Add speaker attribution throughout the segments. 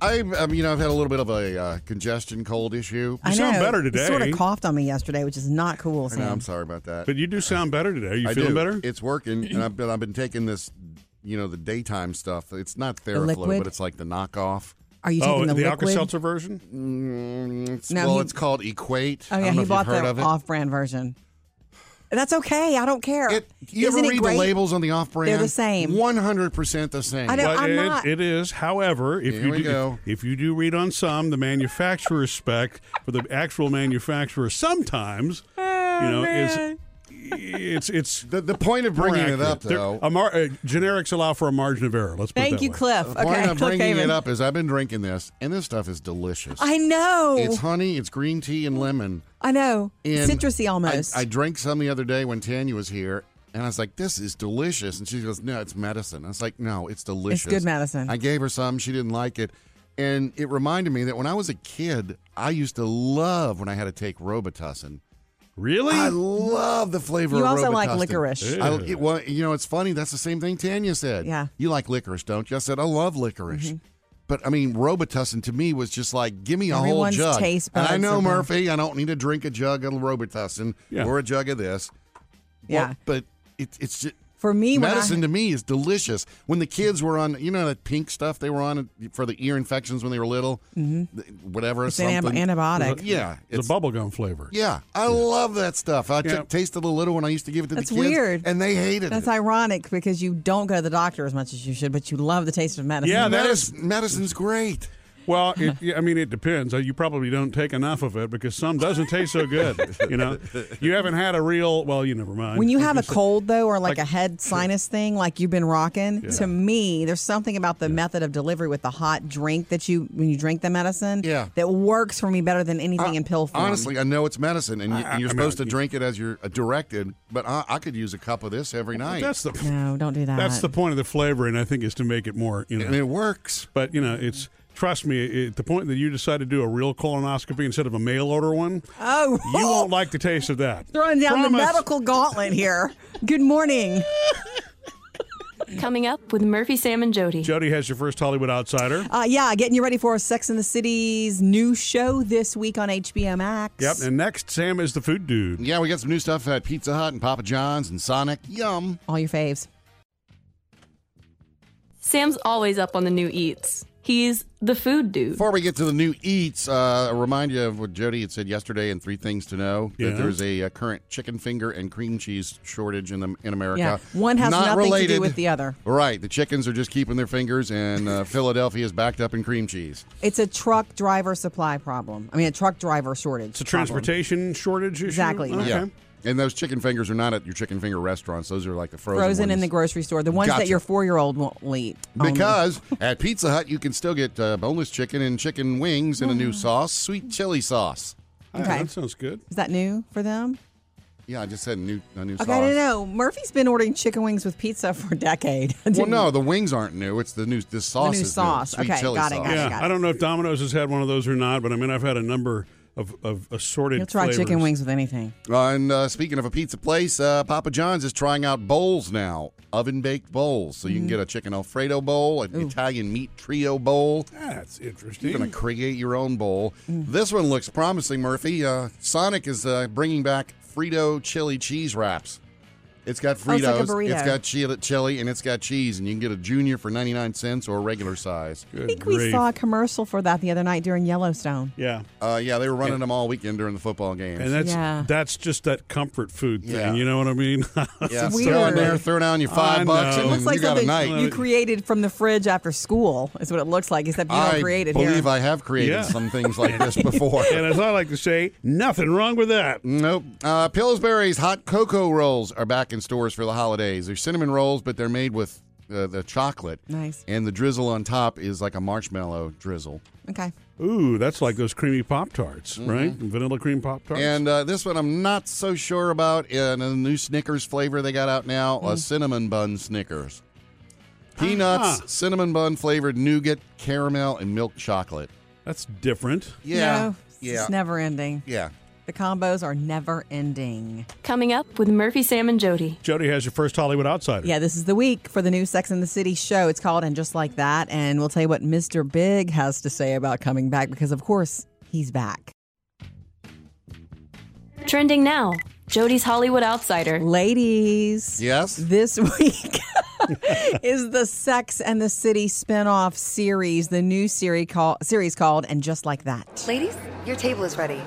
Speaker 1: I'm, um, you know, I've had a little bit of a uh, congestion cold issue.
Speaker 2: I
Speaker 3: sound
Speaker 2: know.
Speaker 3: better
Speaker 2: You
Speaker 3: today.
Speaker 2: sort of coughed on me yesterday, which is not cool,
Speaker 1: I know,
Speaker 2: Sam.
Speaker 1: I'm sorry about that.
Speaker 3: But you do sound better today. Are you
Speaker 1: I
Speaker 3: feeling
Speaker 1: do.
Speaker 3: better?
Speaker 1: It's working, and I've been, I've been taking this, you know, the daytime stuff. It's not Theraflu,
Speaker 2: liquid?
Speaker 1: but it's like the knockoff.
Speaker 2: Are you taking
Speaker 3: oh,
Speaker 2: the,
Speaker 3: the Alka
Speaker 2: liquid?
Speaker 3: Seltzer version?
Speaker 1: Mm, it's-
Speaker 2: No,
Speaker 1: well,
Speaker 2: he-
Speaker 1: it's called Equate.
Speaker 2: Oh
Speaker 1: I
Speaker 2: yeah,
Speaker 1: don't know
Speaker 2: he
Speaker 1: if
Speaker 2: bought
Speaker 1: you've heard
Speaker 2: the
Speaker 1: of it.
Speaker 2: off-brand version. That's okay. I don't care.
Speaker 1: It- you
Speaker 2: Isn't
Speaker 1: ever
Speaker 2: it
Speaker 1: read
Speaker 2: great?
Speaker 1: the labels on the off-brand?
Speaker 2: They're the same.
Speaker 1: One hundred percent the same.
Speaker 2: I know. No,
Speaker 3: But
Speaker 2: I'm
Speaker 3: it-
Speaker 2: not.
Speaker 3: it is. However, if
Speaker 1: Here
Speaker 3: you
Speaker 1: we
Speaker 3: do,
Speaker 1: go.
Speaker 3: If, if you do read on some, the manufacturer's spec for the actual manufacturer sometimes,
Speaker 2: Oh,
Speaker 3: you know, is it's it's
Speaker 1: The, the point of bringing
Speaker 3: more
Speaker 1: it up,
Speaker 3: accurate. There-
Speaker 1: though,
Speaker 3: a mar- uh, generics allow for a margin of error. Let's put it
Speaker 2: Thank
Speaker 3: that
Speaker 2: you,
Speaker 3: way.
Speaker 2: Cliff.
Speaker 1: the
Speaker 2: Okay,
Speaker 1: point of
Speaker 2: Cliff
Speaker 1: bringing
Speaker 2: Haven.
Speaker 1: it up is I've been drinking this, and this stuff is delicious.
Speaker 2: I know.
Speaker 1: It's honey, it's green tea, and lemon.
Speaker 2: I know.
Speaker 1: And
Speaker 2: Citrusy almost.
Speaker 1: I, I drank some the other day when Tanya was here, and I was like, "This is delicious." And she goes, "No, it's medicine." I was like, "No, it's delicious.
Speaker 2: good medicine.
Speaker 1: I gave her some. She didn't like it, and it reminded me that when I was a kid, I used to love when I had to take Robitussin.
Speaker 3: Really?
Speaker 1: I love the flavor.
Speaker 2: You
Speaker 1: of
Speaker 2: also like
Speaker 1: Robitussin.
Speaker 2: licorice.
Speaker 1: I, it- well, you know, it's funny. That's the same thing Tanya said.
Speaker 2: Yeah. Mm-hmm.
Speaker 1: you like licorice, don't you? I said I love licorice. But I mean, Robitussin to me was just like, give me a
Speaker 2: Everyone's
Speaker 1: whole jug.
Speaker 2: taste
Speaker 1: and I
Speaker 2: buds
Speaker 1: know
Speaker 2: are-
Speaker 1: Murphy, I don't need to drink a jug of Robitussin
Speaker 3: Yeah.
Speaker 1: or a jug of this.
Speaker 2: yeah.
Speaker 1: Well, but it, it's just,
Speaker 2: For me, when
Speaker 1: medicine
Speaker 2: I,
Speaker 1: to me is delicious. When the kids were on, you know that pink stuff they were on for the ear infections when they were little, mm-hmm. whatever
Speaker 2: it's an
Speaker 1: something.
Speaker 2: anti- antibiotic.
Speaker 1: yeah,
Speaker 3: it's a bubblegum flavor.
Speaker 1: yeah, I love that stuff. I t-
Speaker 3: Yeah.
Speaker 1: tasted a little when I used to give it to
Speaker 2: That's
Speaker 1: the kids,
Speaker 2: weird.
Speaker 1: and they hated
Speaker 2: That's
Speaker 1: it.
Speaker 2: ironic because you don't go to the doctor as much as you should, but you love the taste of medicine.
Speaker 3: Yeah, that is.
Speaker 1: Medis- medicine's great.
Speaker 3: Well, it, yeah, I mean, it depends. Uh, You probably don't take enough of it because some doesn't taste so good. You know, you haven't had a real. Well, you never mind.
Speaker 2: When you have a cold though, or like, a head sinus thing, like you've been rocking, to me, there's something about the method of delivery with the hot drink that you when you drink the medicine,
Speaker 1: Yeah.
Speaker 2: that works for me better than anything in pill form.
Speaker 1: Honestly, I know it's medicine, and, you, and you're
Speaker 3: I mean,
Speaker 1: supposed to drink it as you're uh, directed. But I, I could use a cup of this every night,
Speaker 3: that's the
Speaker 2: no, don't do that.
Speaker 3: that's the point of the flavoring. I think is to make it more. You
Speaker 1: and
Speaker 3: know,
Speaker 1: it works.
Speaker 3: but you know, it's trust me. At the point that you decide to do a real colonoscopy instead of a mail order one,
Speaker 2: oh,
Speaker 3: you won't like the taste of that.
Speaker 2: throwing down the
Speaker 3: Promise.
Speaker 2: medical gauntlet here. Good morning.
Speaker 4: Coming up with Murphy, Sam, and Jody.
Speaker 3: Jody has your first Hollywood outsider.
Speaker 2: Uh, yeah, getting you ready for Sex in the City's new show this week on HBO Max.
Speaker 3: Yep. And next, Sam is the food dude.
Speaker 1: Yeah, we got some new stuff at Pizza Hut and Papa John's and Sonic. Yum.
Speaker 2: All your faves.
Speaker 4: Sam's always up on the new eats. He's the food dude.
Speaker 1: Before we get to the new eats, uh, I remind you of what Jody had said yesterday and three things to know.
Speaker 3: Yeah.
Speaker 1: That there's a, uh current chicken finger and cream cheese shortage in the, in America.
Speaker 2: Yeah, one has
Speaker 1: Not
Speaker 2: nothing
Speaker 1: related.
Speaker 2: to do with the other.
Speaker 1: Right, the chickens are just keeping their fingers, and uh, Philadelphia is backed up in cream cheese.
Speaker 2: It's a truck driver supply problem. I mean, a truck driver shortage.
Speaker 3: It's a transportation shortage issue.
Speaker 2: Exactly.
Speaker 3: Okay.
Speaker 1: Yeah, and those chicken fingers are not at your chicken finger restaurants. Those are like the frozen,
Speaker 2: frozen in
Speaker 1: ones.
Speaker 2: the grocery store. The ones
Speaker 1: Gotcha.
Speaker 2: that your four year old won't eat. only.
Speaker 1: Because at Pizza Hut, you can still get uh, boneless chicken and chicken wings in a
Speaker 2: Mm.
Speaker 1: new sauce, sweet chili sauce.
Speaker 3: Ah,
Speaker 2: Okay.
Speaker 3: That sounds good.
Speaker 2: Is that new for them?
Speaker 1: Yeah, I just said new, a new sauce.
Speaker 2: Okay, I don't know. Murphy's been ordering chicken wings with pizza for a decade.
Speaker 1: Well, no, the wings aren't new. It's the new this sauce.
Speaker 2: new
Speaker 1: is
Speaker 2: sauce.
Speaker 1: Sweet
Speaker 2: Okay,
Speaker 1: chili
Speaker 2: got it,
Speaker 1: sauce.
Speaker 2: got it,
Speaker 3: Yeah,
Speaker 2: got
Speaker 3: I don't know if Domino's has had one of those or not, but I mean, I've had a number of, of assorted.
Speaker 2: You'll try
Speaker 3: flavors.
Speaker 2: chicken wings with anything.
Speaker 1: Uh, and uh, speaking of a pizza place, uh, Papa John's is trying out bowls now, oven baked bowls. So
Speaker 2: Mm.
Speaker 1: you can get a chicken Alfredo bowl, an Italian meat trio bowl.
Speaker 3: That's interesting.
Speaker 1: You're going to create your own bowl. This one looks promising, Murphy. Uh, Sonic is uh, bringing back Frito chili cheese wraps. It's got
Speaker 2: Oh, it's like a
Speaker 1: Fritos,
Speaker 2: burrito.
Speaker 1: it's got chili, chili, and it's got cheese, and you can get a junior for 99 cents or a regular size.
Speaker 3: Good
Speaker 2: I think we
Speaker 3: grief.
Speaker 2: saw a commercial for that the other night during Yellowstone.
Speaker 3: Yeah,
Speaker 1: Uh, yeah, they were running them all weekend during the football games.
Speaker 3: and that's
Speaker 2: Yeah.
Speaker 3: that's just that comfort food thing.
Speaker 1: Yeah.
Speaker 3: You know what I mean?
Speaker 1: Yeah,
Speaker 2: It's
Speaker 1: throw in
Speaker 2: weird.
Speaker 1: there, throw down your five
Speaker 3: I
Speaker 1: bucks,
Speaker 3: know.
Speaker 1: and
Speaker 2: It looks like
Speaker 1: you got a
Speaker 2: something
Speaker 1: night.
Speaker 2: you created from the fridge after school, is what it looks like, except you don't
Speaker 1: I
Speaker 2: create it
Speaker 1: believe
Speaker 2: here.
Speaker 1: I have created
Speaker 3: Yeah.
Speaker 1: some things like this before.
Speaker 3: and as I like to say, nothing wrong with that.
Speaker 1: Nope. Uh, Pillsbury's hot cocoa rolls are back in stores for the holidays. They're cinnamon rolls, but they're made with uh, the chocolate.
Speaker 2: Nice.
Speaker 1: And the drizzle on top is like a marshmallow drizzle.
Speaker 2: okay.
Speaker 3: Ooh, that's like those creamy pop tarts,
Speaker 1: Mm-hmm.
Speaker 3: right? Vanilla cream pop tarts.
Speaker 1: And uh, this one I'm not so sure about. Uh, And a new Snickers flavor they got out now
Speaker 2: Mm.
Speaker 1: a cinnamon bun Snickers. Peanuts,
Speaker 3: Uh-huh.
Speaker 1: cinnamon bun flavored nougat, caramel, and milk chocolate.
Speaker 3: that's different.
Speaker 1: Yeah.
Speaker 2: No,
Speaker 1: yeah.
Speaker 2: It's never ending.
Speaker 1: yeah.
Speaker 2: The combos are never ending.
Speaker 4: Coming up with Murphy, Sam, and Jody.
Speaker 3: Jody has your first Hollywood outsider.
Speaker 2: Yeah, this is the week for the new Sex and the City show. It's called And Just Like That. And we'll tell you what Mr. Big has to say about coming back because, of course, he's back.
Speaker 4: Trending now Jody's Hollywood Outsider.
Speaker 2: Ladies.
Speaker 1: Yes?
Speaker 2: This week is the Sex and the City spinoff series, the new series, call, series called And Just Like That.
Speaker 5: Ladies, your table is ready.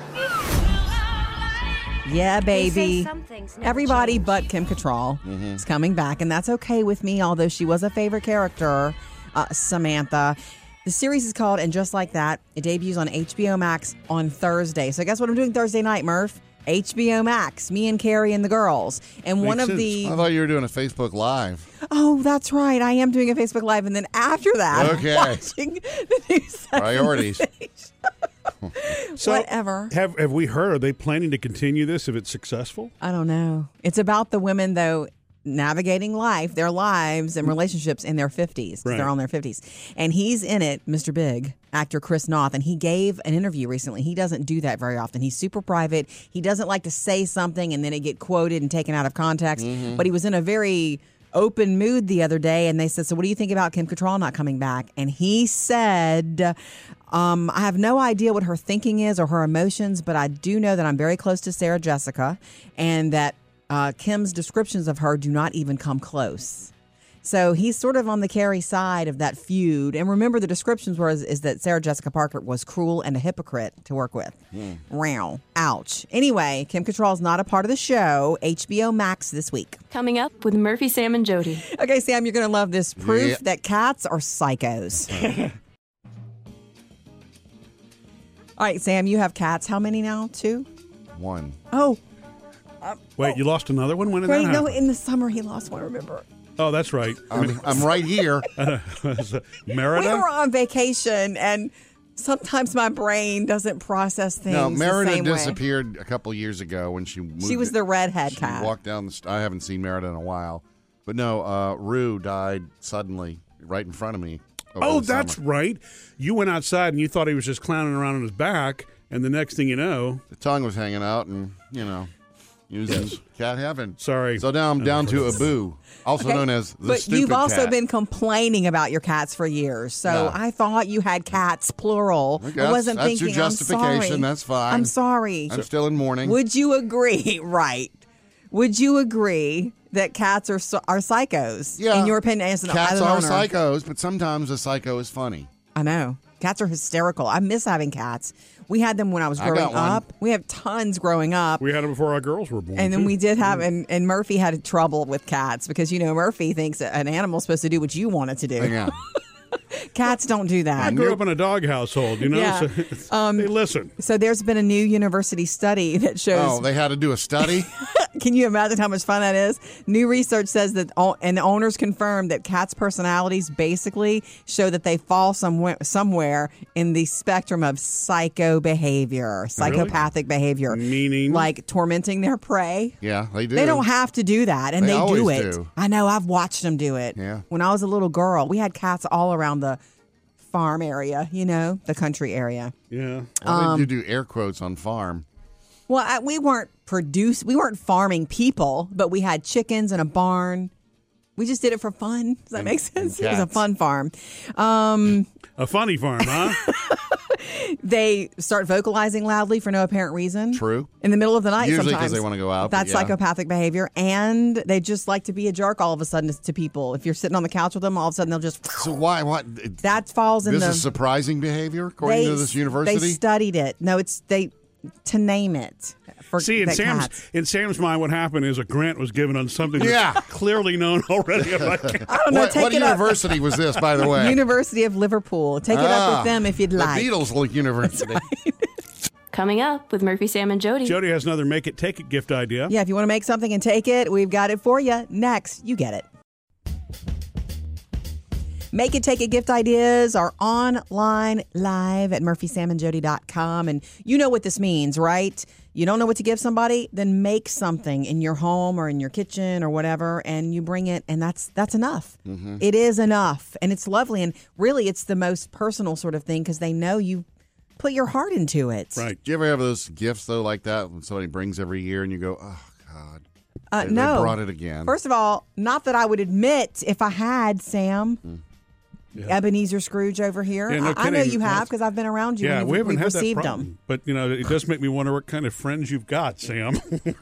Speaker 2: Yeah,
Speaker 5: They say
Speaker 2: baby.
Speaker 5: some things never
Speaker 2: Everybody
Speaker 5: change.
Speaker 2: but Kim Cattrall
Speaker 3: Mm-hmm.
Speaker 2: is coming back, and that's okay with me, although she was a favorite character, uh, Samantha. The series is called And Just Like That. It debuts on HBO Max on Thursday. So, guess what I'm doing Thursday night, Murph? HBO Max, me and Carrie and the girls. And one
Speaker 3: Makes
Speaker 2: of
Speaker 3: sense.
Speaker 2: the.
Speaker 1: I thought you were doing a Facebook Live.
Speaker 2: Oh, that's right. I am doing a Facebook Live, and then after that,
Speaker 1: Okay.
Speaker 2: I'm watching the new Sex
Speaker 1: Priorities.
Speaker 3: So
Speaker 2: whatever.
Speaker 3: Have have we heard? Are they planning to continue this if it's successful?
Speaker 2: I don't know. It's about the women though navigating life, their lives and relationships in their 50s. 'cause
Speaker 3: Right.
Speaker 2: They're all in their 50s. And he's in it, Mr. Big, actor Chris Noth, and he gave an interview recently. He doesn't do that very often. He's super private. He doesn't like to say something and then it get quoted and taken out of context. But he was in a very open mood the other day and they said, "So what do you think about Kim Cattrall not coming back?" And he said, um, I have no idea what her thinking is or her emotions, but I do know that I'm very close to Sarah Jessica and that uh, Kim's descriptions of her do not even come close. So he's sort of on the Carrie side of that feud. And remember, the descriptions were is, is that Sarah Jessica Parker was cruel and a hypocrite to work with. Row. Ouch. Anyway, Kim Cattrall's not a part of the show. HBO Max this week.
Speaker 4: Coming up with Murphy, Sam, and Jody.
Speaker 2: Okay, Sam, you're going to love this proof
Speaker 1: Yeah.
Speaker 2: that cats are psychos. All right, Sam, you have cats. How many now? Two?
Speaker 1: One.
Speaker 2: Oh,
Speaker 3: Wait, you lost another one. When did
Speaker 2: right.
Speaker 3: that
Speaker 2: No,
Speaker 3: happen?
Speaker 2: in the summer he lost one, remember?
Speaker 3: oh, that's right.
Speaker 1: I'm, I'm right here.
Speaker 2: We
Speaker 3: Merida.
Speaker 2: were on vacation, and sometimes my brain doesn't process things.
Speaker 1: No,
Speaker 2: the
Speaker 1: Merida
Speaker 2: same way.
Speaker 1: disappeared a couple years ago when she moved.
Speaker 2: She was the redhead
Speaker 1: she
Speaker 2: cat.
Speaker 1: walked down the. St- I haven't seen Merida in a while, but no, uh, Rue died suddenly right in front of me. over
Speaker 3: Oh,
Speaker 1: the
Speaker 3: that's
Speaker 1: summer.
Speaker 3: right. You went outside and you thought he was just clowning around on his back, and the next thing you know,
Speaker 1: the tongue was hanging out, and you know, using cat heaven.
Speaker 3: Sorry.
Speaker 1: So now I'm down to Abu, also known as the
Speaker 2: but
Speaker 1: stupid
Speaker 2: you've also
Speaker 1: cat.
Speaker 2: been complaining about your cats for years, so
Speaker 1: No.
Speaker 2: I thought you had cats plural.
Speaker 1: Okay,
Speaker 2: I
Speaker 1: that's-
Speaker 2: wasn't
Speaker 1: that's your
Speaker 2: thinking. I'm
Speaker 1: justification.
Speaker 2: sorry.
Speaker 1: That's fine.
Speaker 2: I'm sorry.
Speaker 1: I'm still in mourning.
Speaker 2: Would you agree? Right. Would you agree that cats are so- are psychos? In your opinion, as an,
Speaker 1: cats
Speaker 2: as an
Speaker 1: are
Speaker 2: owner?
Speaker 1: psychos, but sometimes a psycho is funny.
Speaker 2: I know cats are hysterical. I miss having cats. We had them when I was
Speaker 1: I
Speaker 2: growing
Speaker 1: got one.
Speaker 2: up. We have tons growing up.
Speaker 3: we had him before our girls were born.
Speaker 2: and then
Speaker 3: too.
Speaker 2: we did have, and, and Murphy had trouble with cats because you know Murphy thinks that an animal's supposed to do what you want it to do.
Speaker 1: Yeah.
Speaker 2: Cats don't do
Speaker 3: I
Speaker 2: that.
Speaker 3: grew up in a dog household, you know.
Speaker 2: Yeah. Um,
Speaker 3: So they listen.
Speaker 2: So there's been a new university study that shows
Speaker 1: oh, they had to do a study.
Speaker 2: Can you imagine how much fun that is? New research says that, o- and the owners confirm that cats' personalities basically show that they fall somewhere, somewhere in the spectrum of psycho behavior, psychopathic behavior,
Speaker 3: Meaning?
Speaker 2: like tormenting their prey.
Speaker 1: yeah, they do.
Speaker 2: They don't have to do that, and
Speaker 1: They
Speaker 2: they, do
Speaker 1: always
Speaker 2: it.
Speaker 1: do.
Speaker 2: I know. I've watched them do it.
Speaker 1: Yeah.
Speaker 2: When I was a little girl, we had cats all around the farm area. You know, the country area.
Speaker 3: Yeah.
Speaker 2: um,
Speaker 1: Well, they do do air quotes on farm.
Speaker 2: Well, I, we weren't produce, we weren't farming people, but we had chickens and a barn. We just did it for fun. Does that make sense? It was a
Speaker 1: cats.
Speaker 2: fun farm. Um,
Speaker 3: A funny farm, huh?
Speaker 2: They start vocalizing loudly for no apparent reason.
Speaker 1: True.
Speaker 2: In the middle of the night,
Speaker 1: Usually 'cause
Speaker 2: sometimes
Speaker 1: they wanna go out, but
Speaker 2: That's
Speaker 1: yeah.
Speaker 2: psychopathic behavior, and they just like to be a jerk all of a sudden to people. If you're sitting on the couch with them, all of a sudden they'll just
Speaker 1: So why? What?
Speaker 2: that falls in
Speaker 1: this
Speaker 2: the.
Speaker 1: is surprising behavior according
Speaker 2: they,
Speaker 1: to this
Speaker 2: they
Speaker 1: university.
Speaker 2: studied it. No, it's they to name it. For
Speaker 3: See, in
Speaker 2: that
Speaker 3: Sam's
Speaker 2: cats.
Speaker 3: in Sam's mind, what happened is a grant was given on something
Speaker 1: Yeah.
Speaker 3: that's clearly known already. I'm like,
Speaker 2: I don't know.
Speaker 1: what
Speaker 2: take
Speaker 1: what
Speaker 2: it up.
Speaker 1: university was this, by the way?
Speaker 2: University of Liverpool. Take it up
Speaker 1: Ah,
Speaker 2: with them if you'd
Speaker 1: the
Speaker 2: like.
Speaker 1: Beatles like university.
Speaker 4: Coming up with Murphy, Sam, and Jody.
Speaker 3: Jody has another make it take it gift idea.
Speaker 2: Yeah, if you want to make something and take it, we've got it for you. Next, you get it. Make it, take it gift ideas are online live at murphysamandjody.com. And you know what this means, right? You don't know what to give somebody, then make something in your home or in your kitchen or whatever, and you bring it, and that's that's enough.
Speaker 1: Mm-hmm.
Speaker 2: It is enough, and it's lovely, and really, it's the most personal sort of thing because they know you put your heart into it.
Speaker 3: Right.
Speaker 1: Do you ever have those gifts though, like that, when somebody brings every year and you go, "Oh God,
Speaker 2: Uh,
Speaker 1: they, they
Speaker 2: no.
Speaker 1: brought it again."
Speaker 2: First of all, not that I would admit if I had Sam. Ebenezer Scrooge over here.
Speaker 3: Yeah, no
Speaker 2: I, I know
Speaker 3: kidding.
Speaker 2: you have because I've been around you.
Speaker 3: Yeah,
Speaker 2: and
Speaker 3: we
Speaker 2: you've-
Speaker 3: haven't
Speaker 2: we've
Speaker 3: had that
Speaker 2: received
Speaker 3: problem.
Speaker 2: them.
Speaker 3: But you know, it does make me wonder what kind of friends you've got, Sam.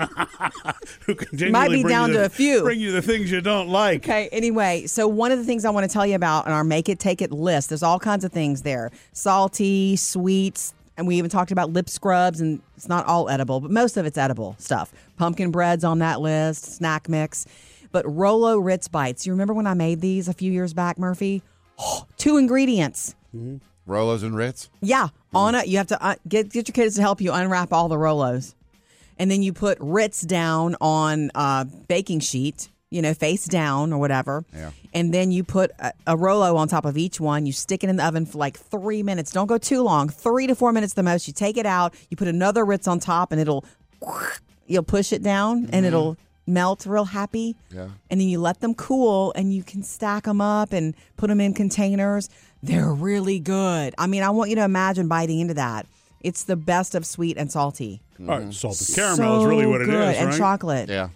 Speaker 3: Who continually
Speaker 2: Might be
Speaker 3: bring you
Speaker 2: down
Speaker 3: the-
Speaker 2: to a few.
Speaker 3: Bring you the things you don't like.
Speaker 2: Okay. Anyway, so one of the things I want to tell you about in our make it take it list, there's all kinds of things there: salty, sweets, and we even talked about lip scrubs. And it's not all edible, but most of it's edible stuff. Pumpkin breads on that list, snack mix, but Rolo Ritz bites. You remember when I made these a few years back, Murphy? two ingredients.
Speaker 1: Rolos and Ritz.
Speaker 2: Yeah, on it. You have to uh, get get your kids to help you unwrap all the Rolos, and then you put Ritz down on uh, baking sheet. You know, face down or whatever.
Speaker 1: Yeah.
Speaker 2: And then you put a, a Rolo on top of each one. You stick it in the oven for like three minutes. Don't go too long. Three to four minutes the most. You take it out. You put another Ritz on top, and it'll you'll push it down, and it'll melt real happy.
Speaker 1: Mm-hmm. Yeah.
Speaker 2: And then you let them cool and you can stack them up and put them in containers. They're really good. I mean, I want you to imagine biting into that. It's the best of sweet and salty.
Speaker 3: All right, salted caramel is really
Speaker 2: So
Speaker 3: what it is,
Speaker 2: good. And
Speaker 3: right?
Speaker 2: chocolate.
Speaker 1: Yeah,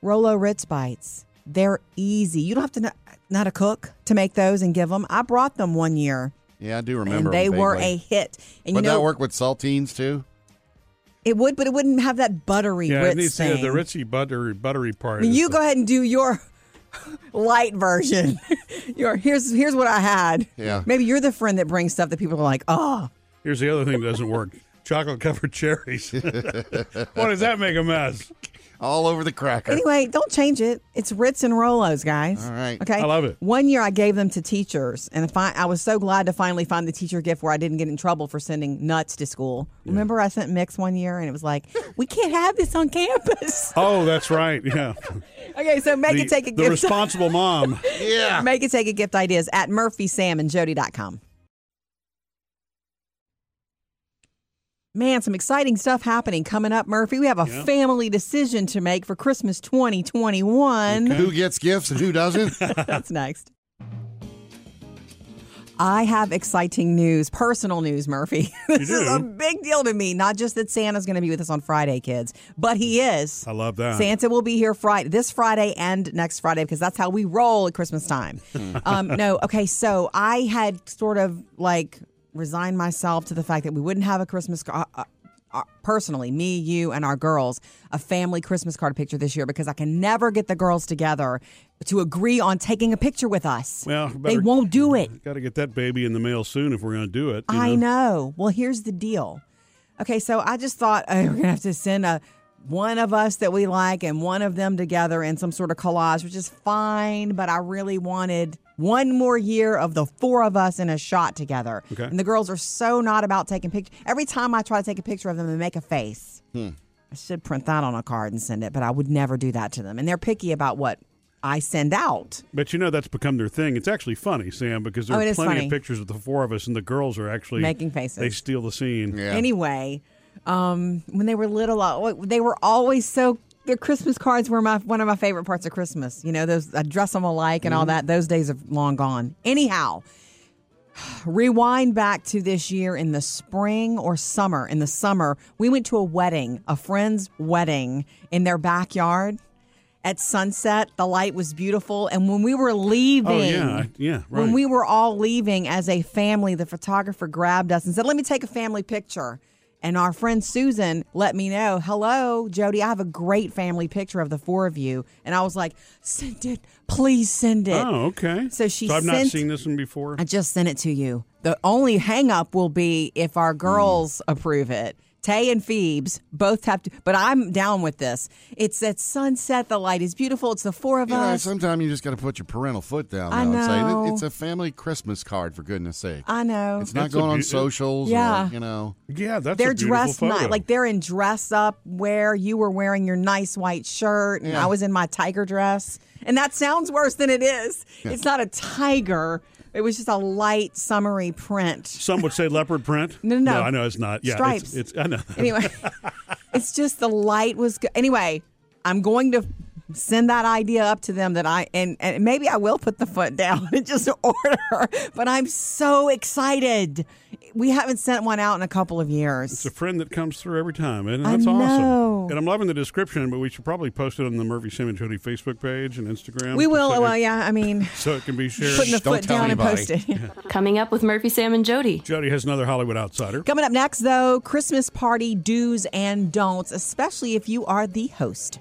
Speaker 2: Rolo Ritz bites. They're easy. You don't have to know, know how to cook to make those and give them. I brought them one year
Speaker 1: yeah, I do remember.
Speaker 2: and they
Speaker 1: them
Speaker 2: were a
Speaker 1: vaguely.
Speaker 2: hit. And
Speaker 1: Would
Speaker 2: you know,
Speaker 1: that work with saltines too?
Speaker 2: it would, but it wouldn't have that buttery
Speaker 3: yeah, it
Speaker 2: Ritz
Speaker 3: needs
Speaker 2: thing.
Speaker 3: to, the ritzy buttery buttery part.
Speaker 2: I mean,
Speaker 3: is
Speaker 2: you
Speaker 3: the-
Speaker 2: go ahead and do your light version. your here's here's what I had.
Speaker 1: Yeah.
Speaker 2: Maybe you're the friend that brings stuff that people are like, oh,
Speaker 3: Here's the other thing that doesn't work: chocolate covered cherries. Why does that make a mess?
Speaker 1: All over the cracker.
Speaker 2: Anyway, don't change it. It's Ritz and Rolos, guys.
Speaker 1: All right.
Speaker 2: Okay.
Speaker 3: I love it.
Speaker 2: One year I gave them to teachers, and fi- I was so glad to finally find the teacher gift where I didn't get in trouble for sending nuts to school. Remember, I sent mix one year, and it was like, we can't have this on campus.
Speaker 3: Oh, that's right. Yeah,
Speaker 2: okay, so make
Speaker 3: the,
Speaker 2: it take a
Speaker 3: the
Speaker 2: gift.
Speaker 3: responsible mom.
Speaker 1: Yeah.
Speaker 2: make it take a gift ideas at murphysamandjody.com. Man, some exciting stuff happening coming up, Murphy. We have a
Speaker 3: Yeah.
Speaker 2: family decision to make for Christmas 2021.
Speaker 1: Who gets gifts and who doesn't?
Speaker 2: That's next. I have exciting news, personal news, Murphy. this is
Speaker 3: do?
Speaker 2: a big deal to me. Not just that Santa's going to be with us on Friday, kids, but he is.
Speaker 3: I love that.
Speaker 2: Santa will be here Friday, this Friday and next Friday because that's how we roll at Christmas time. um, no, okay, so I had sort of like resigned myself to the fact that we wouldn't have a Christmas card. Uh, uh, personally, me, you, and our girls, a family Christmas card picture this year because I can never get the girls together to agree on taking a picture with us.
Speaker 3: Well,
Speaker 2: they
Speaker 3: better-
Speaker 2: won't do it.
Speaker 3: Got to get that baby in the mail soon if we're going to do it. you
Speaker 2: I know. Well, here's the deal. Okay, so I just thought oh, we're gonna have to send a one of us that we like and one of them together in some sort of collage, which is fine. But I really wanted one more year of the four of us in a shot together.
Speaker 3: Okay.
Speaker 2: And the girls are so not about taking pictures. Every time I try to take a picture of them, they make a face.
Speaker 3: Hmm.
Speaker 2: I should print that on a card and send it, but I would never do that to them. And they're picky about what I send out.
Speaker 3: But you know that's become their thing. It's actually funny, Sam, because there
Speaker 2: Oh, it
Speaker 3: are
Speaker 2: is
Speaker 3: plenty
Speaker 2: funny.
Speaker 3: of pictures of the four of us, and the girls are actually
Speaker 2: Making faces.
Speaker 3: They steal the scene.
Speaker 1: Yeah.
Speaker 2: Anyway, um, when they were little, I- they were always so. Their Christmas cards were my one of my favorite parts of Christmas. You know, those I dress them alike
Speaker 3: Mm-hmm.
Speaker 2: and all that. Those days are long gone. Anyhow, rewind back to this year in the spring or summer. In the summer, we went to a wedding, a friend's wedding in their backyard at sunset. The light was beautiful, and when we were leaving,
Speaker 3: Oh yeah, I- yeah. Right.
Speaker 2: when we were all leaving as a family, the photographer grabbed us and said, Let me take a family picture. And our friend Susan let me know, Hello, Jody, I have a great family picture of the four of you. And I was like, Send it. Please send it.
Speaker 3: oh okay.
Speaker 2: So she
Speaker 3: I've not
Speaker 2: sent-
Speaker 3: seen this one before.
Speaker 2: I just sent it to you. The only hang up will be if our girls approve it. Tay and Phoebes both have to, but I'm down with this. It's at sunset. The light is beautiful. It's the four of
Speaker 1: You know,
Speaker 2: us.
Speaker 1: sometimes you just got to put your parental foot down
Speaker 2: I
Speaker 1: though, and say
Speaker 2: know.
Speaker 1: "It- it's a family Christmas card for goodness sake.
Speaker 2: I know.
Speaker 1: It's not
Speaker 3: It's a
Speaker 1: going on
Speaker 3: beaut-
Speaker 1: socials.
Speaker 2: Oh, Yeah.
Speaker 1: Or, you know.
Speaker 3: yeah, that's
Speaker 2: they're
Speaker 3: a beautiful
Speaker 2: dressed
Speaker 3: photo.
Speaker 2: nice, like they're in dress up where you were wearing your nice white shirt, and
Speaker 1: Yeah.
Speaker 2: I was in my tiger dress. And that sounds worse than it is. It's not a tiger. It was just a light, summery print.
Speaker 3: Some would say leopard print.
Speaker 2: No, no, no.
Speaker 3: I know it's not. Yeah,
Speaker 2: Stripes.
Speaker 3: It's, it's I know.
Speaker 2: Anyway, it's just the light was good. Anyway, I'm going to send that idea up to them that I and, and maybe I will put the foot down and just order. But I'm so excited. we haven't sent one out in a couple of years.
Speaker 3: It's a friend that comes through every time, and
Speaker 2: I
Speaker 3: that's
Speaker 2: know.
Speaker 3: awesome. And I'm loving the description, but we should probably post it on the Murphy Sam and Jody Facebook page and Instagram.
Speaker 2: we
Speaker 3: to
Speaker 2: will.
Speaker 3: so
Speaker 2: Well,
Speaker 3: it-
Speaker 2: yeah. I mean,
Speaker 3: So it can be shared.
Speaker 2: putting the
Speaker 1: don't
Speaker 2: foot
Speaker 1: tell
Speaker 2: down and
Speaker 1: anybody.
Speaker 2: post it.
Speaker 4: Coming up with Murphy, Sam, and Jody.
Speaker 3: Jody has another Hollywood outsider.
Speaker 2: Coming up next, though, Christmas party do's and don'ts, especially if you are the host.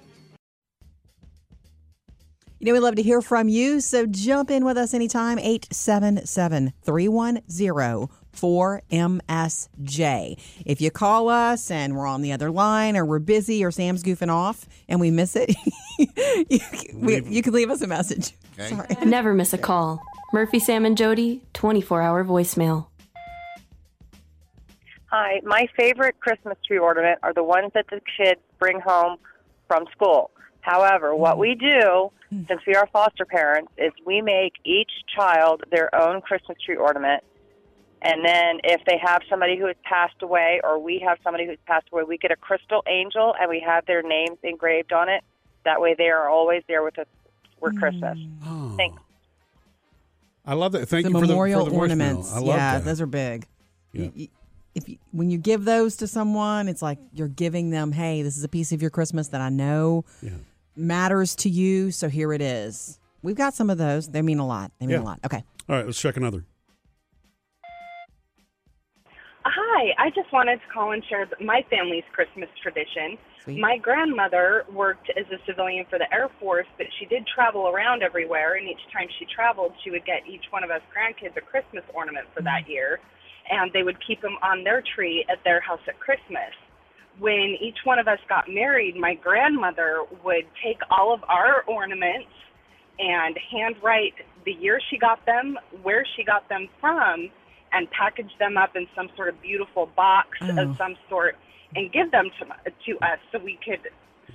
Speaker 2: You know, we love to hear from you, so jump in with us anytime. 877 310 4MSJ. If you call us and we're on the other line or we're busy or Sam's goofing off and we miss it, you, we, you can leave us a message. Sorry.
Speaker 4: Never miss a call. Murphy, Sam, and Jody, 24 hour voicemail.
Speaker 5: Hi, my favorite Christmas tree ornament are the ones that the kids bring home from school. However, what we do, since we are foster parents, is we make each child their own Christmas tree ornament. And then if they have somebody who has passed away or we have somebody who's passed away, we get a crystal angel and we have their names engraved on it. That way they are always there with us for Christmas. Thanks.
Speaker 3: Oh. I love that. Thank
Speaker 2: the
Speaker 3: you for
Speaker 2: memorial
Speaker 3: the, for the voicemail.
Speaker 2: ornaments.
Speaker 3: I love
Speaker 2: yeah,
Speaker 3: that.
Speaker 2: those are big.
Speaker 3: Yeah.
Speaker 2: Y- y- If you, when you give those to someone, it's like you're giving them, "Hey, this is a piece of your Christmas that I know
Speaker 3: Yeah.
Speaker 2: matters to you, so here it is." We've got some of those. They mean a lot. They mean
Speaker 3: Yeah.
Speaker 2: a lot. Okay.
Speaker 3: All right, let's check another.
Speaker 6: Hi, I just wanted to call and share my family's Christmas tradition.
Speaker 2: Sweet.
Speaker 6: My grandmother worked as a civilian for the Air Force, but she did travel around everywhere, and each time she traveled, she would get each one of us grandkids a Christmas ornament for that year, and they would keep them on their tree at their house at Christmas. When each one of us got married, my grandmother would take all of our ornaments and handwrite the year she got them, where she got them from, and package them up in some sort of beautiful box
Speaker 2: Oh.
Speaker 6: of some sort and give them to, to us so we could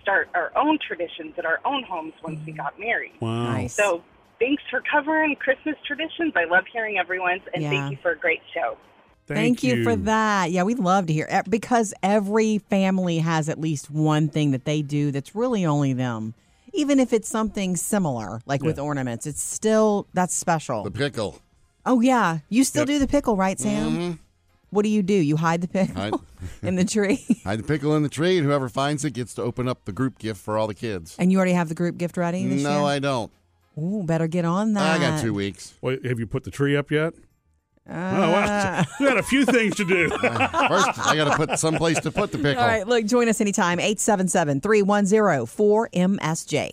Speaker 6: start our own traditions at our own homes once we got married.
Speaker 3: Wow.
Speaker 2: Nice.
Speaker 6: So thanks for covering Christmas traditions. I love hearing everyone's, and
Speaker 2: Yeah.
Speaker 6: thank you for a great show.
Speaker 2: Thank, you. for that. Yeah, we'd love to hear e- because every family has at least one thing that they do that's really only them. Even if it's something similar, like with ornaments, it's still that's special.
Speaker 1: The pickle.
Speaker 2: Oh yeah, you still
Speaker 3: Yep.
Speaker 2: do the pickle, right, Sam? What do you do? You hide the pickle
Speaker 1: Mm-hmm. Hide-
Speaker 2: in the tree,
Speaker 1: Hide the pickle in the tree, and whoever finds it gets to open up the group gift for all the kids.
Speaker 2: and you already have the group gift ready. This
Speaker 1: No, I don't.
Speaker 2: I. Ooh, better get on that.
Speaker 1: I got two weeks.
Speaker 3: Wait, have you put the tree up yet? oh,
Speaker 2: Ah.
Speaker 3: wow. we got a few things to do.
Speaker 1: First, I got to put someplace to put the pickle.
Speaker 2: All right, look, join us anytime. 877 310 4MSJ.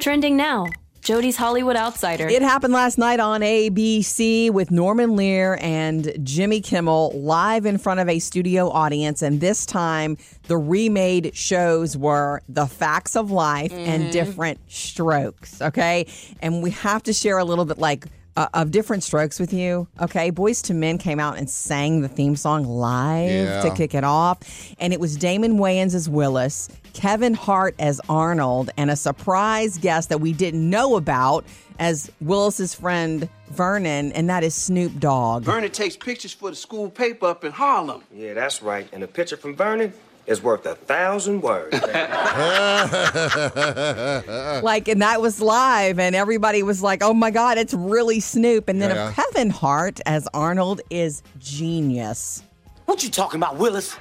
Speaker 4: Trending now Jody's Hollywood Outsider.
Speaker 2: It happened last night on ABC with Norman Lear and Jimmy Kimmel live in front of a studio audience. And this time, the remade shows were The Facts of Life and Different Strokes. Okay. And we have to share a little bit like, uh, of different strokes with you. Okay. Boys to Men came out and sang the theme song live to
Speaker 1: Yeah.
Speaker 2: kick kick it off. And it was Damon Wayans as Willis, Kevin Hart as Arnold, and a surprise guest that we didn't know about as Willis's friend Vernon, and that is Snoop Dogg.
Speaker 7: Vernon takes pictures for the school paper up in Harlem.
Speaker 8: Yeah, that's right. And a picture from Vernon is worth a thousand words.
Speaker 2: Like, and that was live, and everybody was like, oh my God, it's really Snoop. And then
Speaker 1: Yeah, yeah.
Speaker 2: Kevin Hart as Arnold is genius.
Speaker 8: What you talking about, Willis?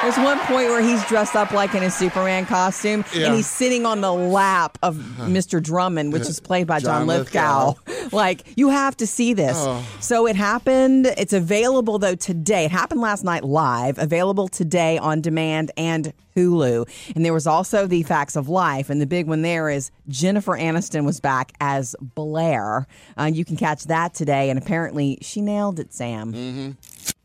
Speaker 2: There's one point where he's dressed up like in a Superman costume,
Speaker 1: Yeah.
Speaker 2: and he's sitting on the lap of Mr. Drummond, which is played by John,
Speaker 1: John
Speaker 2: Lithgow. Oh. like, you have to see this. So it happened. It's available though today. It happened last night live, available today on demand and Hulu. And there was also the Facts of Life, and the big one there is Jennifer Aniston was back as Blair. Uh, you can catch that today, and apparently she nailed it, Sam.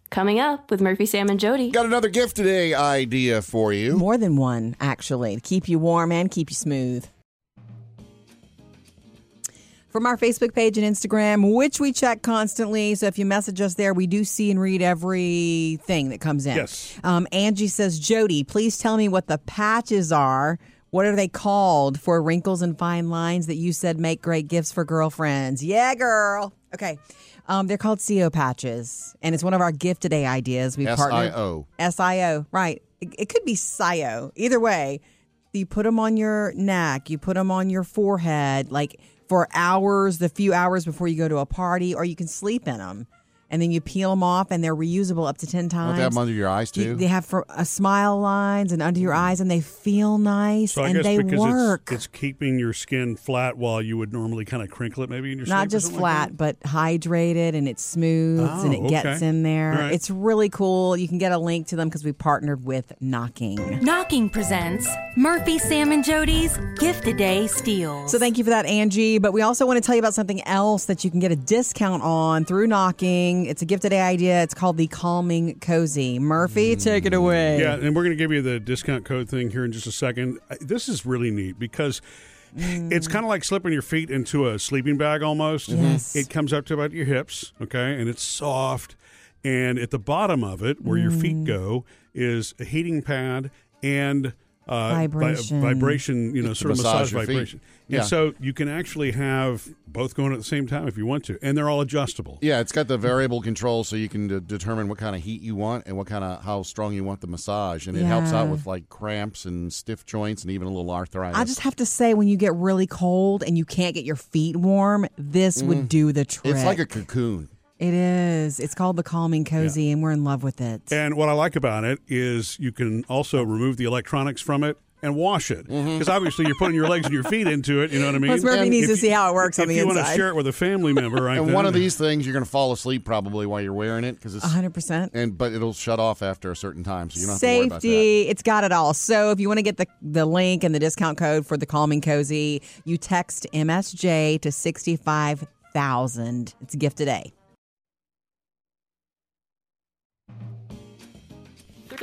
Speaker 4: Coming up with Murphy, Sam, and Jody.
Speaker 1: Got another gift today idea for you.
Speaker 2: More than one, actually, to keep you warm and keep you smooth. From our Facebook page and Instagram, which we check constantly. So if you message us there, we do see and read everything that comes in.
Speaker 3: Yes.
Speaker 2: Um, Angie says, Jody, please tell me what the patches are. What are they called for wrinkles and fine lines that you said make great gifts for girlfriends? Yeah, girl. Okay. Um, they're called CO patches, and it's one of our gift today ideas. We partnered.
Speaker 1: SIO.
Speaker 2: SIO, right. It, it could be SIO. Either way, you put them on your neck, you put them on your forehead, like for hours, the few hours before you go to a party, or you can sleep in them. And then you peel them off, and they're reusable up to ten
Speaker 1: Don't
Speaker 2: times.
Speaker 1: they have 'em under your eyes,
Speaker 2: You-
Speaker 1: too? Mm-hmm.
Speaker 2: They have for uh, smile lines and under your eyes, and they feel nice
Speaker 3: So I
Speaker 2: and
Speaker 3: guess
Speaker 2: they
Speaker 3: because
Speaker 2: work.
Speaker 3: it's it's keeping your skin flat while you would normally kind of crinkle it maybe in your sleep
Speaker 2: Not
Speaker 3: or
Speaker 2: just
Speaker 3: something like
Speaker 2: flat,
Speaker 3: that?
Speaker 2: but hydrated, and it smooths and it
Speaker 3: Oh,
Speaker 2: gets
Speaker 3: okay.
Speaker 2: in there.
Speaker 3: All right.
Speaker 2: It's really cool. You can get a link to them because we partnered with Knocking.
Speaker 9: Knocking presents Murphy, Sam, and Jody's Gift a Day Steals.
Speaker 2: So thank you for that, Angie. But we also want to tell you about something else that you can get a discount on through knocking. It's a gift today idea. It's called the Calming Cozy. Murphy, take it away.
Speaker 3: Yeah, and we're going to give you the discount code thing here in just a second. I- This is really neat because it's kind of like slipping your feet into a sleeping bag almost.
Speaker 2: Yes. Mm-hmm.
Speaker 3: It comes up to about your hips, okay, and it's soft. And at the bottom of it, where your
Speaker 2: Mm.
Speaker 3: feet go, is a heating pad and uh, vi-
Speaker 2: Vibration.
Speaker 3: vibration, you know, sort of
Speaker 1: massage
Speaker 3: massage,
Speaker 1: your feet.
Speaker 3: vibration.
Speaker 1: Yeah.
Speaker 3: And so you can actually have both going at the same time if you want to, and they're all adjustable.
Speaker 1: Yeah, it's got the variable control, so you can de- determine what kind of heat you want and what kind of how strong you want the massage, and it helps out
Speaker 2: Yeah.
Speaker 1: with like cramps and stiff joints and even a little arthritis.
Speaker 2: I just have to say, when you get really cold and you can't get your feet warm, this would do the trick.
Speaker 1: Mm. it's like a cocoon.
Speaker 2: It is. It's called the Calming Cozy, and we're in love with it.
Speaker 3: And what I like about it is you can also remove the electronics from it and wash it because
Speaker 1: Mm-hmm.
Speaker 3: obviously you're putting your legs and your feet into it. You know what I mean?
Speaker 2: Plus, Murphy
Speaker 3: And
Speaker 2: needs
Speaker 3: if
Speaker 2: to
Speaker 3: you-
Speaker 2: see how it works on
Speaker 3: if
Speaker 2: the
Speaker 3: you want to
Speaker 2: inside.
Speaker 3: share it with a family member, right
Speaker 1: And
Speaker 3: then,
Speaker 1: one of these things, you're going to fall asleep probably while you're wearing it because it's
Speaker 2: Uh-huh. 100%.
Speaker 1: and but it'll shut off after a certain time, so you don't have to worry about that.
Speaker 2: Safety, it's got it all. So if you want to get the the link and the discount code for the Calming Cozy, you text MSJ to sixty five thousand. It's a gift today.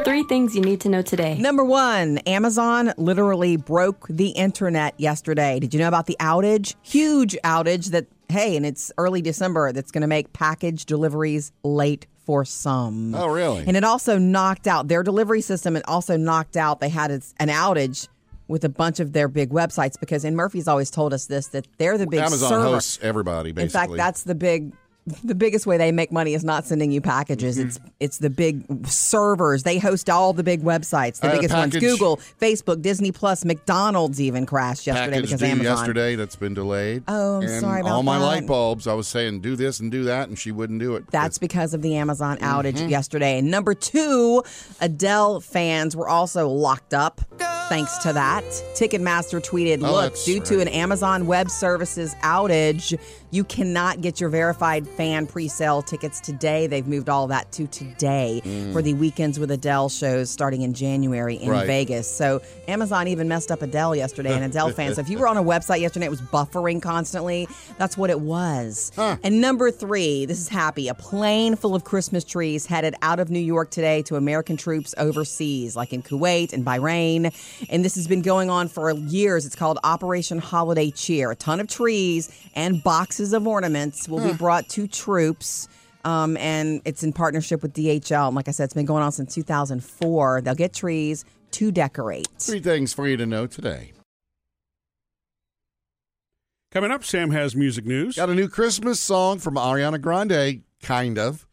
Speaker 4: Three things you need to know today.
Speaker 2: Number one, Amazon literally broke the internet yesterday. Did you know about the outage? Huge outage that, hey, and it's early December that's going to make package deliveries late for some.
Speaker 1: Oh, really?
Speaker 2: And it also knocked out their delivery system. It also knocked out, they had an outage with a bunch of their big websites because, and Murphy's always told us this, that they're the big
Speaker 1: Amazon
Speaker 2: server.
Speaker 1: hosts everybody basically.
Speaker 2: In fact, that's the big the biggest way they make money is not sending you packages.
Speaker 1: Mm-hmm.
Speaker 2: It's it's the big servers. They host all the big websites. The
Speaker 1: I had a
Speaker 2: biggest ones:
Speaker 1: Uh, package-
Speaker 2: Google, Facebook, Disney Plus, McDonald's even crashed yesterday
Speaker 1: package
Speaker 2: because
Speaker 1: due
Speaker 2: Amazon.
Speaker 1: yesterday that's been delayed.
Speaker 2: Oh, I'm
Speaker 1: and
Speaker 2: sorry about
Speaker 1: all my
Speaker 2: that.
Speaker 1: light bulbs. I was saying do this and do that, and she wouldn't do it.
Speaker 2: That's because of the Amazon outage
Speaker 1: Mm-hmm.
Speaker 2: yesterday. And number two, Adele fans were also locked up thanks to that. Ticketmaster tweeted,
Speaker 1: Oh,
Speaker 2: look,
Speaker 1: that's
Speaker 2: due to
Speaker 1: right.
Speaker 2: an Amazon Web Services outage, you cannot get your verified fan pre-sale tickets today. They've moved all that to today for the Weekends with Adele shows starting in January in
Speaker 1: Mm. Right.
Speaker 2: Vegas. So Amazon even messed up Adele yesterday and Adele fans. So if you were on a website yesterday, it was buffering constantly. That's what it was. And number three, this is happy. A plane full of Christmas trees headed out of New York today to American troops overseas, like in Kuwait and Bahrain. And this has been going on for years. It's called Operation Holiday Cheer. A ton of trees and boxes of ornaments will be brought to troops. Um, and it's in partnership with DHL. And like I said, it's been going on since 2004. They'll get trees to decorate.
Speaker 1: three things for you to know today.
Speaker 3: Coming up, Sam has music news.
Speaker 1: Got a new Christmas song from Ariana Grande, kind of.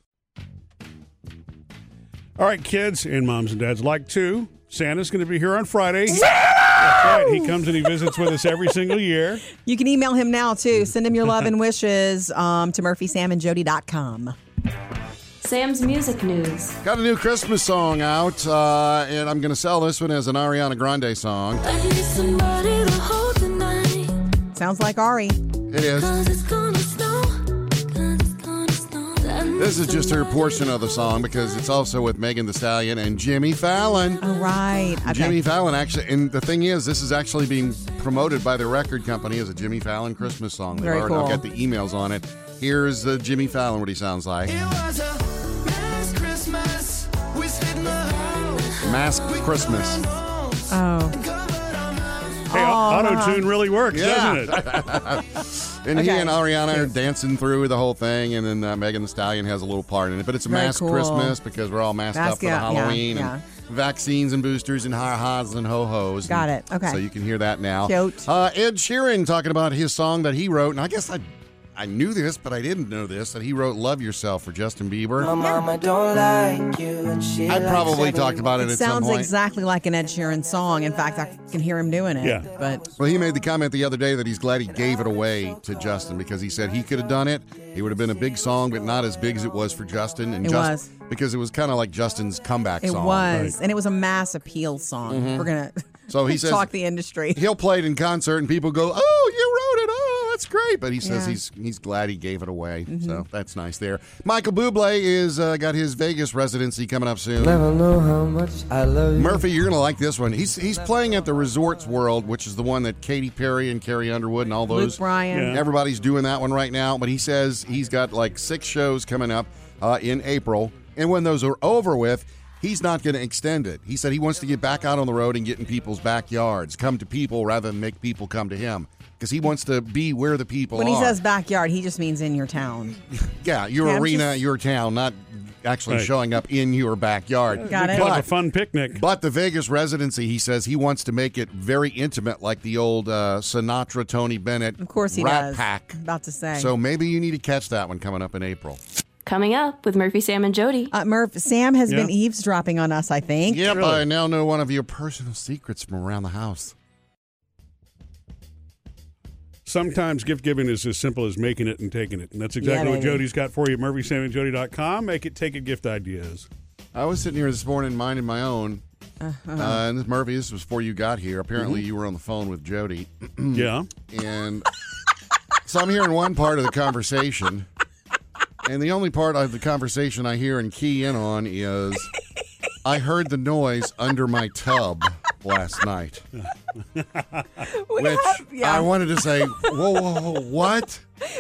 Speaker 3: All right, kids and moms and dads like to. Santa's going to be here on Friday. That's right. He comes and he visits with us every single year.
Speaker 2: You can email him now too. Send him your love and wishes um, to murphysamandjody.com.
Speaker 4: Sam's music news.
Speaker 1: Got a new Christmas song out, uh, and I'm going to sell this one as an Ariana Grande song.
Speaker 9: I need somebody to hold tonight.
Speaker 2: Sounds like Ari.
Speaker 1: It is.
Speaker 9: Cause it's gonna snow. Cause it's gonna snow.
Speaker 1: This is just her portion of the song because it's also with Megan Thee Stallion and Jimmy Fallon.
Speaker 2: All right. Okay.
Speaker 1: Jimmy Fallon actually, and the thing is, this is actually being promoted by the record company as a Jimmy Fallon Christmas song. They've
Speaker 2: Very
Speaker 1: already
Speaker 2: cool.
Speaker 1: got the emails on it. Here's uh, Jimmy Fallon, what he sounds like.
Speaker 7: was a mass Christmas. We spent the
Speaker 1: Mask Christmas.
Speaker 2: oh.
Speaker 3: Hey, auto tune really works,
Speaker 1: Yeah.
Speaker 3: doesn't it?
Speaker 1: And he
Speaker 2: Okay.
Speaker 1: and Ariana are dancing through the whole thing, and then uh, Megan the Stallion has a little part in it. But it's a
Speaker 2: Very
Speaker 1: masked
Speaker 2: cool.
Speaker 1: Christmas because we're all masked up
Speaker 2: Mask-
Speaker 1: for the
Speaker 2: yeah, yeah,
Speaker 1: Halloween
Speaker 2: yeah.
Speaker 1: and vaccines and boosters and ha ha's and ho hos.
Speaker 2: Got it. Okay.
Speaker 1: So you can hear that now.
Speaker 2: Cute.
Speaker 1: Uh, Ed Sheeran talking about his song that he wrote, and I guess I. I knew this, but I didn't know this, that he wrote Love Yourself for Justin Bieber.
Speaker 7: My mama don't like you, and she
Speaker 1: I
Speaker 7: likes
Speaker 1: probably
Speaker 7: everyone.
Speaker 1: talked about it,
Speaker 2: It
Speaker 1: at some
Speaker 2: sounds
Speaker 1: point.
Speaker 2: exactly like an Ed Sheeran song. In fact, I can hear him doing it.
Speaker 3: Yeah.
Speaker 2: But
Speaker 1: Well, he made the comment the other day that he's glad he gave it away to Justin because he said he could have done it. It would have been a big song, but not as big as it was for Justin. And
Speaker 2: It
Speaker 1: Justin,
Speaker 2: was.
Speaker 1: because it was kind of like Justin's comeback
Speaker 2: it
Speaker 1: song. Mm-hmm.
Speaker 2: was, and it was a mass appeal song. We're gonna
Speaker 1: So he says-
Speaker 2: talk the industry.
Speaker 1: He'll play it in concert, and people go, "Oh, you wrote it! Oh, that's great!" But he says
Speaker 2: Yeah. Mm-hmm.
Speaker 1: he's he's glad he gave it away. So that's nice. There, Michael Bublé is uh, got his Vegas residency coming up soon.
Speaker 7: Never know how much I love you.
Speaker 1: Murphy, you're gonna like this one. He's he's playing at the Resorts World, which is the one that Katy Perry and Carrie Underwood and all
Speaker 2: Luke
Speaker 1: those.
Speaker 2: Bryan.
Speaker 3: Yeah.
Speaker 1: Everybody's doing that one right now. But he says he's got like six shows coming up uh, in April, and when those are over with. He's not going to extend it. He said he wants to get back out on the road and get in people's backyards, come to people rather than make people come to him, because he wants to be where the people
Speaker 2: When he
Speaker 1: are.
Speaker 2: says backyard, he just means in your town.
Speaker 1: yeah, your
Speaker 2: Yeah, I'm
Speaker 1: arena,
Speaker 2: just-
Speaker 1: your town, not actually
Speaker 3: Right.
Speaker 1: showing up in your backyard.
Speaker 2: Got it.
Speaker 3: Kind of a
Speaker 1: But-
Speaker 3: fun picnic.
Speaker 1: But the Vegas residency, he says he wants to make it very intimate, like the old uh, Sinatra, Tony Bennett,
Speaker 2: Of course he
Speaker 1: Rat
Speaker 2: does.
Speaker 1: Pack.
Speaker 2: About to say.
Speaker 1: So maybe you need to catch that one coming up in April.
Speaker 4: Coming up with Murphy, Sam, and Jody.
Speaker 2: uh, Murph, Sam has
Speaker 3: Yeah.
Speaker 2: been eavesdropping on us. I think.
Speaker 1: Yep, I now know one of your personal secrets from around the house.
Speaker 3: Sometimes gift giving is as simple as making it and taking it. And that's exactly what
Speaker 2: baby.
Speaker 3: Jody's got for you at murphysamandjody.com. Make it, take it, gift ideas.
Speaker 1: I was sitting here this morning minding my own. Uh, and this, Murphy, this was before you got here. Apparently, you were on the phone with Jody.
Speaker 3: Yeah.
Speaker 1: And so I'm hearing one part of the conversation. And the only part of the conversation I hear and key in on is I heard the noise under my tub last night. Which
Speaker 2: yeah.
Speaker 1: I wanted to say, whoa, whoa, whoa, what?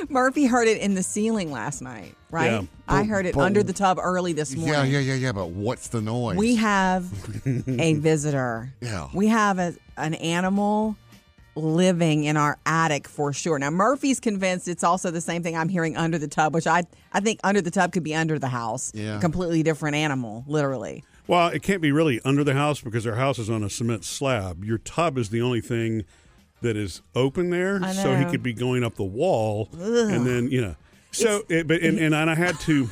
Speaker 2: Murphy heard it in the ceiling last night, right?
Speaker 3: Yeah.
Speaker 2: I heard it
Speaker 1: But-
Speaker 2: under the tub early this morning.
Speaker 1: Yeah, yeah, yeah, yeah, but what's the noise?
Speaker 2: We have a visitor.
Speaker 1: Yeah.
Speaker 2: We have a, an animal living in our attic for sure. Now Murphy's convinced it's also the same thing I'm hearing under the tub, which I I think under the tub could be under the house.
Speaker 1: Yeah.
Speaker 2: Completely different animal, literally.
Speaker 3: Well, it can't be really under the house because our house is on a cement slab. Your tub is the only thing that is open there,
Speaker 2: I
Speaker 3: so he
Speaker 2: know.
Speaker 3: could be going up the wall, and then you know. So, it, but and, and I had to.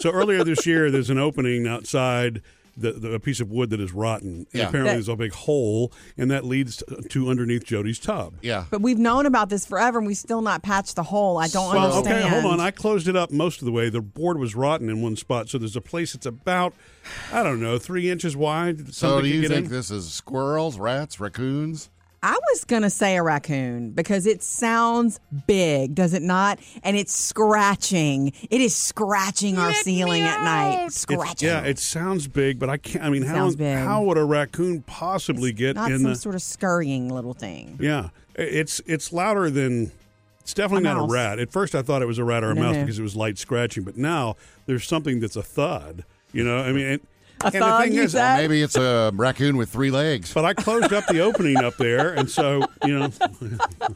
Speaker 3: so earlier this year, there's an opening outside. The, the, a piece of wood that is rotten. And
Speaker 1: Yeah.
Speaker 3: Apparently,
Speaker 2: That-
Speaker 3: there's a big hole, and that leads to, to underneath Jody's tub.
Speaker 1: yeah.
Speaker 2: But we've known about this forever and we've still not patched the hole. I don't
Speaker 3: Well,
Speaker 2: understand.
Speaker 3: okay, hold on. I closed it up most of the way. The board was rotten in one spot, so there's a place that's about, I don't know, three inches wide. that
Speaker 1: So
Speaker 3: something
Speaker 1: do
Speaker 3: could
Speaker 1: you
Speaker 3: get
Speaker 1: think
Speaker 3: in.
Speaker 1: this is squirrels, rats, raccoons?
Speaker 2: I was going to say a raccoon because it sounds big, does it not? And it's scratching. It is scratching our ceiling at night.
Speaker 3: It's-
Speaker 2: Scratching.
Speaker 3: yeah, it sounds big, but I can't. I mean, how
Speaker 2: sounds big.
Speaker 3: how would a raccoon possibly get
Speaker 2: not
Speaker 3: in
Speaker 2: some
Speaker 3: the?
Speaker 2: sort of scurrying little thing.
Speaker 3: yeah, I- it's it's louder than. It's definitely
Speaker 2: A
Speaker 3: not
Speaker 2: mouse.
Speaker 3: a rat. At first, I thought it was a rat or a
Speaker 2: No,
Speaker 3: mouse
Speaker 2: no.
Speaker 3: because it was light scratching, but now there's something that's a thud. You know, I mean, and,
Speaker 2: A
Speaker 3: and the
Speaker 2: thud,
Speaker 3: thing
Speaker 2: you
Speaker 3: is,
Speaker 2: said?
Speaker 1: Maybe it's a raccoon with three legs.
Speaker 3: but I closed up the opening up there, and so you know,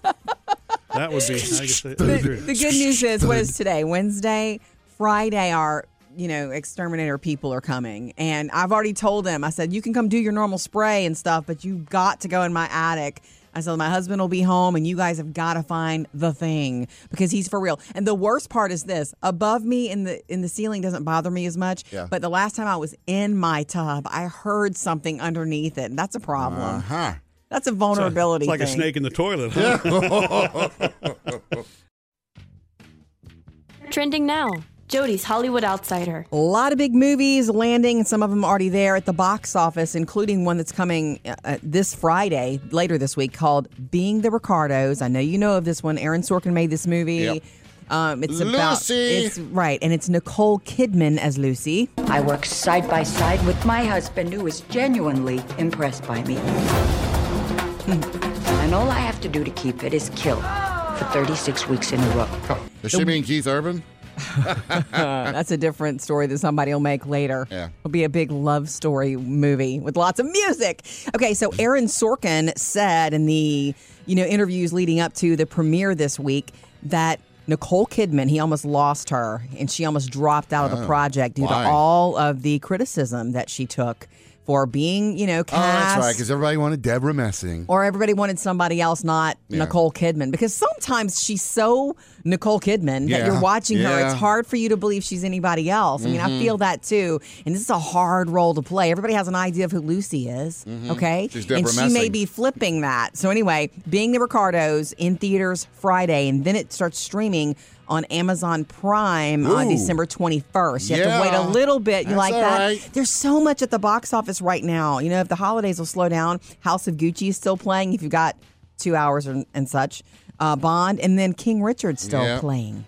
Speaker 3: that would be. I guess that-
Speaker 2: The, the good news is, what is today? Wednesday, Friday. Our you know exterminator people are coming, and I've already told them. I said you can come do your normal spray and stuff, but you got to go in my attic. I said my husband will be home, and you guys have got to find the thing because he's for real. And the worst part is this: above me in the in the ceiling doesn't bother me as much.
Speaker 1: Yeah.
Speaker 2: But the last time I was in my tub, I heard something underneath it, and that's a problem.
Speaker 1: huh.
Speaker 2: That's a vulnerability.
Speaker 3: Ah. It's like a
Speaker 2: thing.
Speaker 3: snake in the toilet. Huh?
Speaker 4: Trending now. Jody's Hollywood Outsider.
Speaker 2: A lot of big movies landing, and some of them already there at the box office, including one that's coming uh, uh, this Friday, later this week, called Being the Ricardos. I know you know of this one. Aaron Sorkin made this movie.
Speaker 1: Yep.
Speaker 2: Um, it's
Speaker 1: Lucy!
Speaker 2: about it's right, and it's Nicole Kidman as Lucy.
Speaker 10: I work side by side with my husband, who is genuinely impressed by me. Hmm. and all I have to do to keep it is kill for 36 weeks in a row.
Speaker 1: Does she mean Keith Urban?
Speaker 2: That's a different story that somebody will make later.
Speaker 1: Yeah.
Speaker 2: It'll be a big love story movie with lots of music. Okay, so Aaron Sorkin said in the, you know, interviews leading up to the premiere this week that Nicole Kidman, he almost lost her and she almost dropped out of the project due
Speaker 1: Oh, why?
Speaker 2: to all of the criticism that she took for being, you know,
Speaker 1: Oh, that's
Speaker 2: cast
Speaker 1: right, because everybody wanted Deborah Messing.
Speaker 2: or everybody wanted somebody else, not Nicole Kidman, because sometimes she's so Nicole Kidman that
Speaker 1: Yeah.
Speaker 2: you're watching her.
Speaker 1: Yeah.
Speaker 2: It's hard for you to believe she's anybody else. I mean, I
Speaker 1: Mhm.
Speaker 2: feel that too. And this is a hard role to play. Everybody has an idea of who Lucy is.
Speaker 1: Mhm.
Speaker 2: Okay.
Speaker 1: She's Deborah
Speaker 2: and she may
Speaker 1: Messing.
Speaker 2: be flipping that. So anyway, being the Ricardos in theaters Friday, and then it starts streaming on Amazon Prime on
Speaker 11: Ooh.
Speaker 2: December 21st. You have to wait
Speaker 11: Yeah.
Speaker 2: a little bit. You
Speaker 11: That's
Speaker 2: like
Speaker 11: all
Speaker 2: that?
Speaker 11: right.
Speaker 2: There's so much at the box office right now. You know, if the holidays will slow down, House of Gucci is still playing. If you've got two hours and, and such, uh, Bond, and then King Richard's still
Speaker 11: Yeah.
Speaker 2: playing.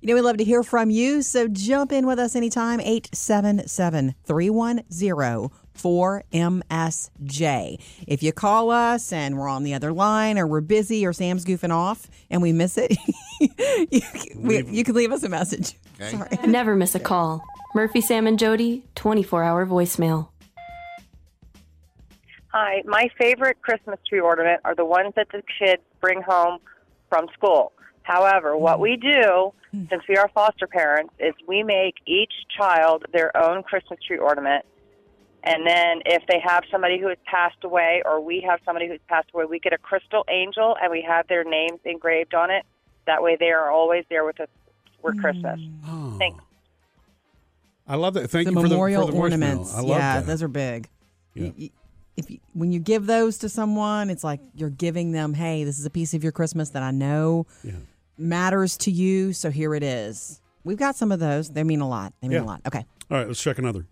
Speaker 2: You know, we love to hear from you, so jump in with us anytime. 877 310 4MSJ. If you call us and we're on the other line or we're busy or Sam's goofing off and we miss it, you, we, you can leave us a message. Sorry.
Speaker 4: Never miss a call. Murphy, Sam, and Jody, 24 hour voicemail.
Speaker 5: Hi, my favorite Christmas tree ornament are the ones that the kids bring home from school. However, what we do, since we are foster parents, is we make each child their own Christmas tree ornament. And then if they have somebody who has passed away or we have somebody who's passed away, we get a crystal angel and we have their names engraved on it. That way they are always there with us for Christmas.
Speaker 1: Oh.
Speaker 5: Thanks.
Speaker 3: I love that. Thank
Speaker 2: the
Speaker 3: you for the-
Speaker 2: memorial
Speaker 3: for the, voicemail.
Speaker 2: ornaments.
Speaker 3: I love
Speaker 2: yeah,
Speaker 3: that.
Speaker 2: those are big.
Speaker 3: Yeah.
Speaker 2: Y- y- if you, when you give those to someone, it's like you're giving them, "Hey, this is a piece of your Christmas that I know matters to you, so here it is." We've got some of those. They mean a lot. They mean
Speaker 3: Yeah.
Speaker 2: a lot. Okay.
Speaker 3: All right, let's check another.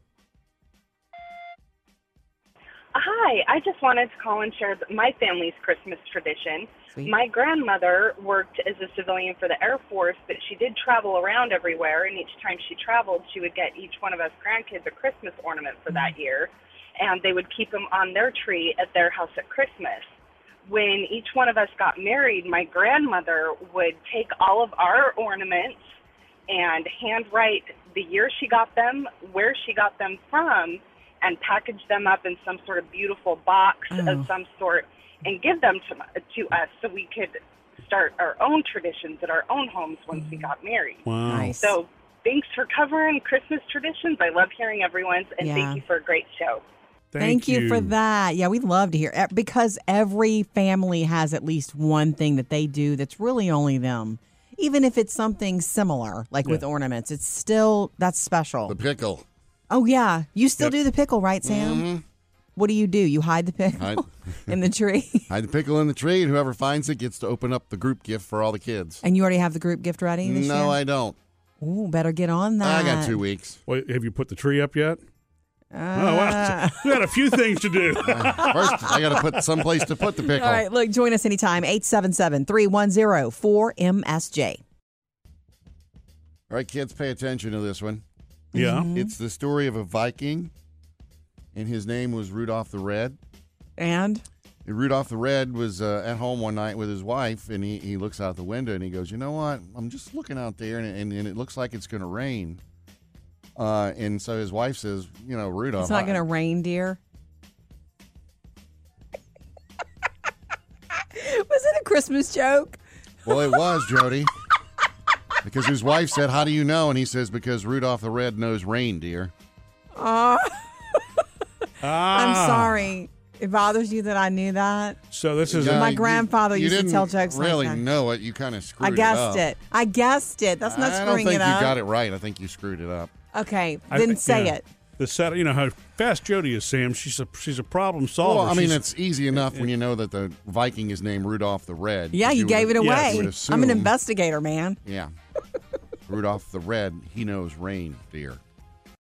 Speaker 6: Hi, I just wanted to call and share my family's Christmas tradition.
Speaker 2: Sweet.
Speaker 6: My grandmother worked as a civilian for the Air Force, but she did travel around everywhere, and each time she traveled, she would get each one of us grandkids a Christmas ornament for that year, and they would keep them on their tree at their house at Christmas. When each one of us got married, my grandmother would take all of our ornaments and handwrite the year she got them, where she got them from, and package them up in some sort of beautiful box
Speaker 2: Oh.
Speaker 6: of some sort and give them to, to us so we could start our own traditions at our own homes once we got married.
Speaker 3: Wow. Nice.
Speaker 6: So thanks for covering Christmas traditions. I love hearing everyone's, and
Speaker 2: Yeah.
Speaker 6: thank you for a great show.
Speaker 2: Thank, you. for that. Yeah, we'd love to hear eh, because every family has at least one thing that they do that's really only them. Even if it's something similar, like with
Speaker 1: Yeah.
Speaker 2: ornaments, it's still that's special.
Speaker 1: The pickle.
Speaker 2: Oh yeah, you still do the pickle, right, Sam? What do you do? You hide the pickle
Speaker 1: Mm-hmm. Hide,
Speaker 2: in the tree,
Speaker 1: hide the pickle in the tree, and whoever finds it gets to open up the group gift for all the kids.
Speaker 2: and you already have the group gift ready. This
Speaker 1: No,
Speaker 2: year?
Speaker 1: I don't.
Speaker 2: Ooh, better get on that.
Speaker 1: I got two weeks.
Speaker 3: Wait, have you put the tree up yet? oh,
Speaker 2: Uh.
Speaker 3: wow. We got a few things to do.
Speaker 1: First, I got to put someplace to put the pickle.
Speaker 2: All right, look, join us anytime. 877 310 4MSJ.
Speaker 1: All right, kids, pay attention to this one.
Speaker 3: Yeah.
Speaker 2: Mm-hmm.
Speaker 3: Mhm.
Speaker 1: It's the story of a Viking, and his name was Rudolph the Red.
Speaker 2: And?
Speaker 1: Rudolph the Red was uh, at home one night with his wife, and he, he looks out the window and he goes, You know what? I'm just looking out there, and, and, and it looks like it's going to rain. Uh, and so his wife says, You know, Rudolph.
Speaker 2: It's not
Speaker 1: I-
Speaker 2: going to rain, dear. Was it a Christmas joke?
Speaker 1: Well, it was, Jody. Because his wife said, How do you know? And he says, Because Rudolph the Red knows reindeer.
Speaker 2: Aw, I'm
Speaker 1: Ah.
Speaker 2: sorry. It bothers you that I knew that.
Speaker 3: So this is
Speaker 2: My grandfather
Speaker 1: you
Speaker 2: used to
Speaker 1: didn't
Speaker 2: tell jokes like
Speaker 1: Really
Speaker 2: that.
Speaker 1: know it? You kind of
Speaker 2: I
Speaker 1: screwed.
Speaker 2: guessed
Speaker 1: it.
Speaker 2: it,
Speaker 1: up.
Speaker 2: I guessed it. That's not
Speaker 1: I don't
Speaker 2: screwing
Speaker 1: think
Speaker 2: it
Speaker 1: you
Speaker 2: up.
Speaker 1: got it right. I think you screwed it up.
Speaker 2: Okay,
Speaker 3: I
Speaker 2: then
Speaker 3: think-
Speaker 2: say
Speaker 3: yeah.
Speaker 2: it.
Speaker 3: The set, you know how fast Jody is, Sam. She's a she's a problem solver.
Speaker 1: Well, I mean,
Speaker 3: She's-
Speaker 1: it's easy enough when you know that the Viking is named Rudolph the Red.
Speaker 2: Yeah, you,
Speaker 1: would-
Speaker 2: gave it
Speaker 1: you
Speaker 2: away.
Speaker 1: would
Speaker 2: I'm an
Speaker 1: assume-
Speaker 2: investigator, man.
Speaker 1: Yeah. Rudolph the Red, he knows reindeer.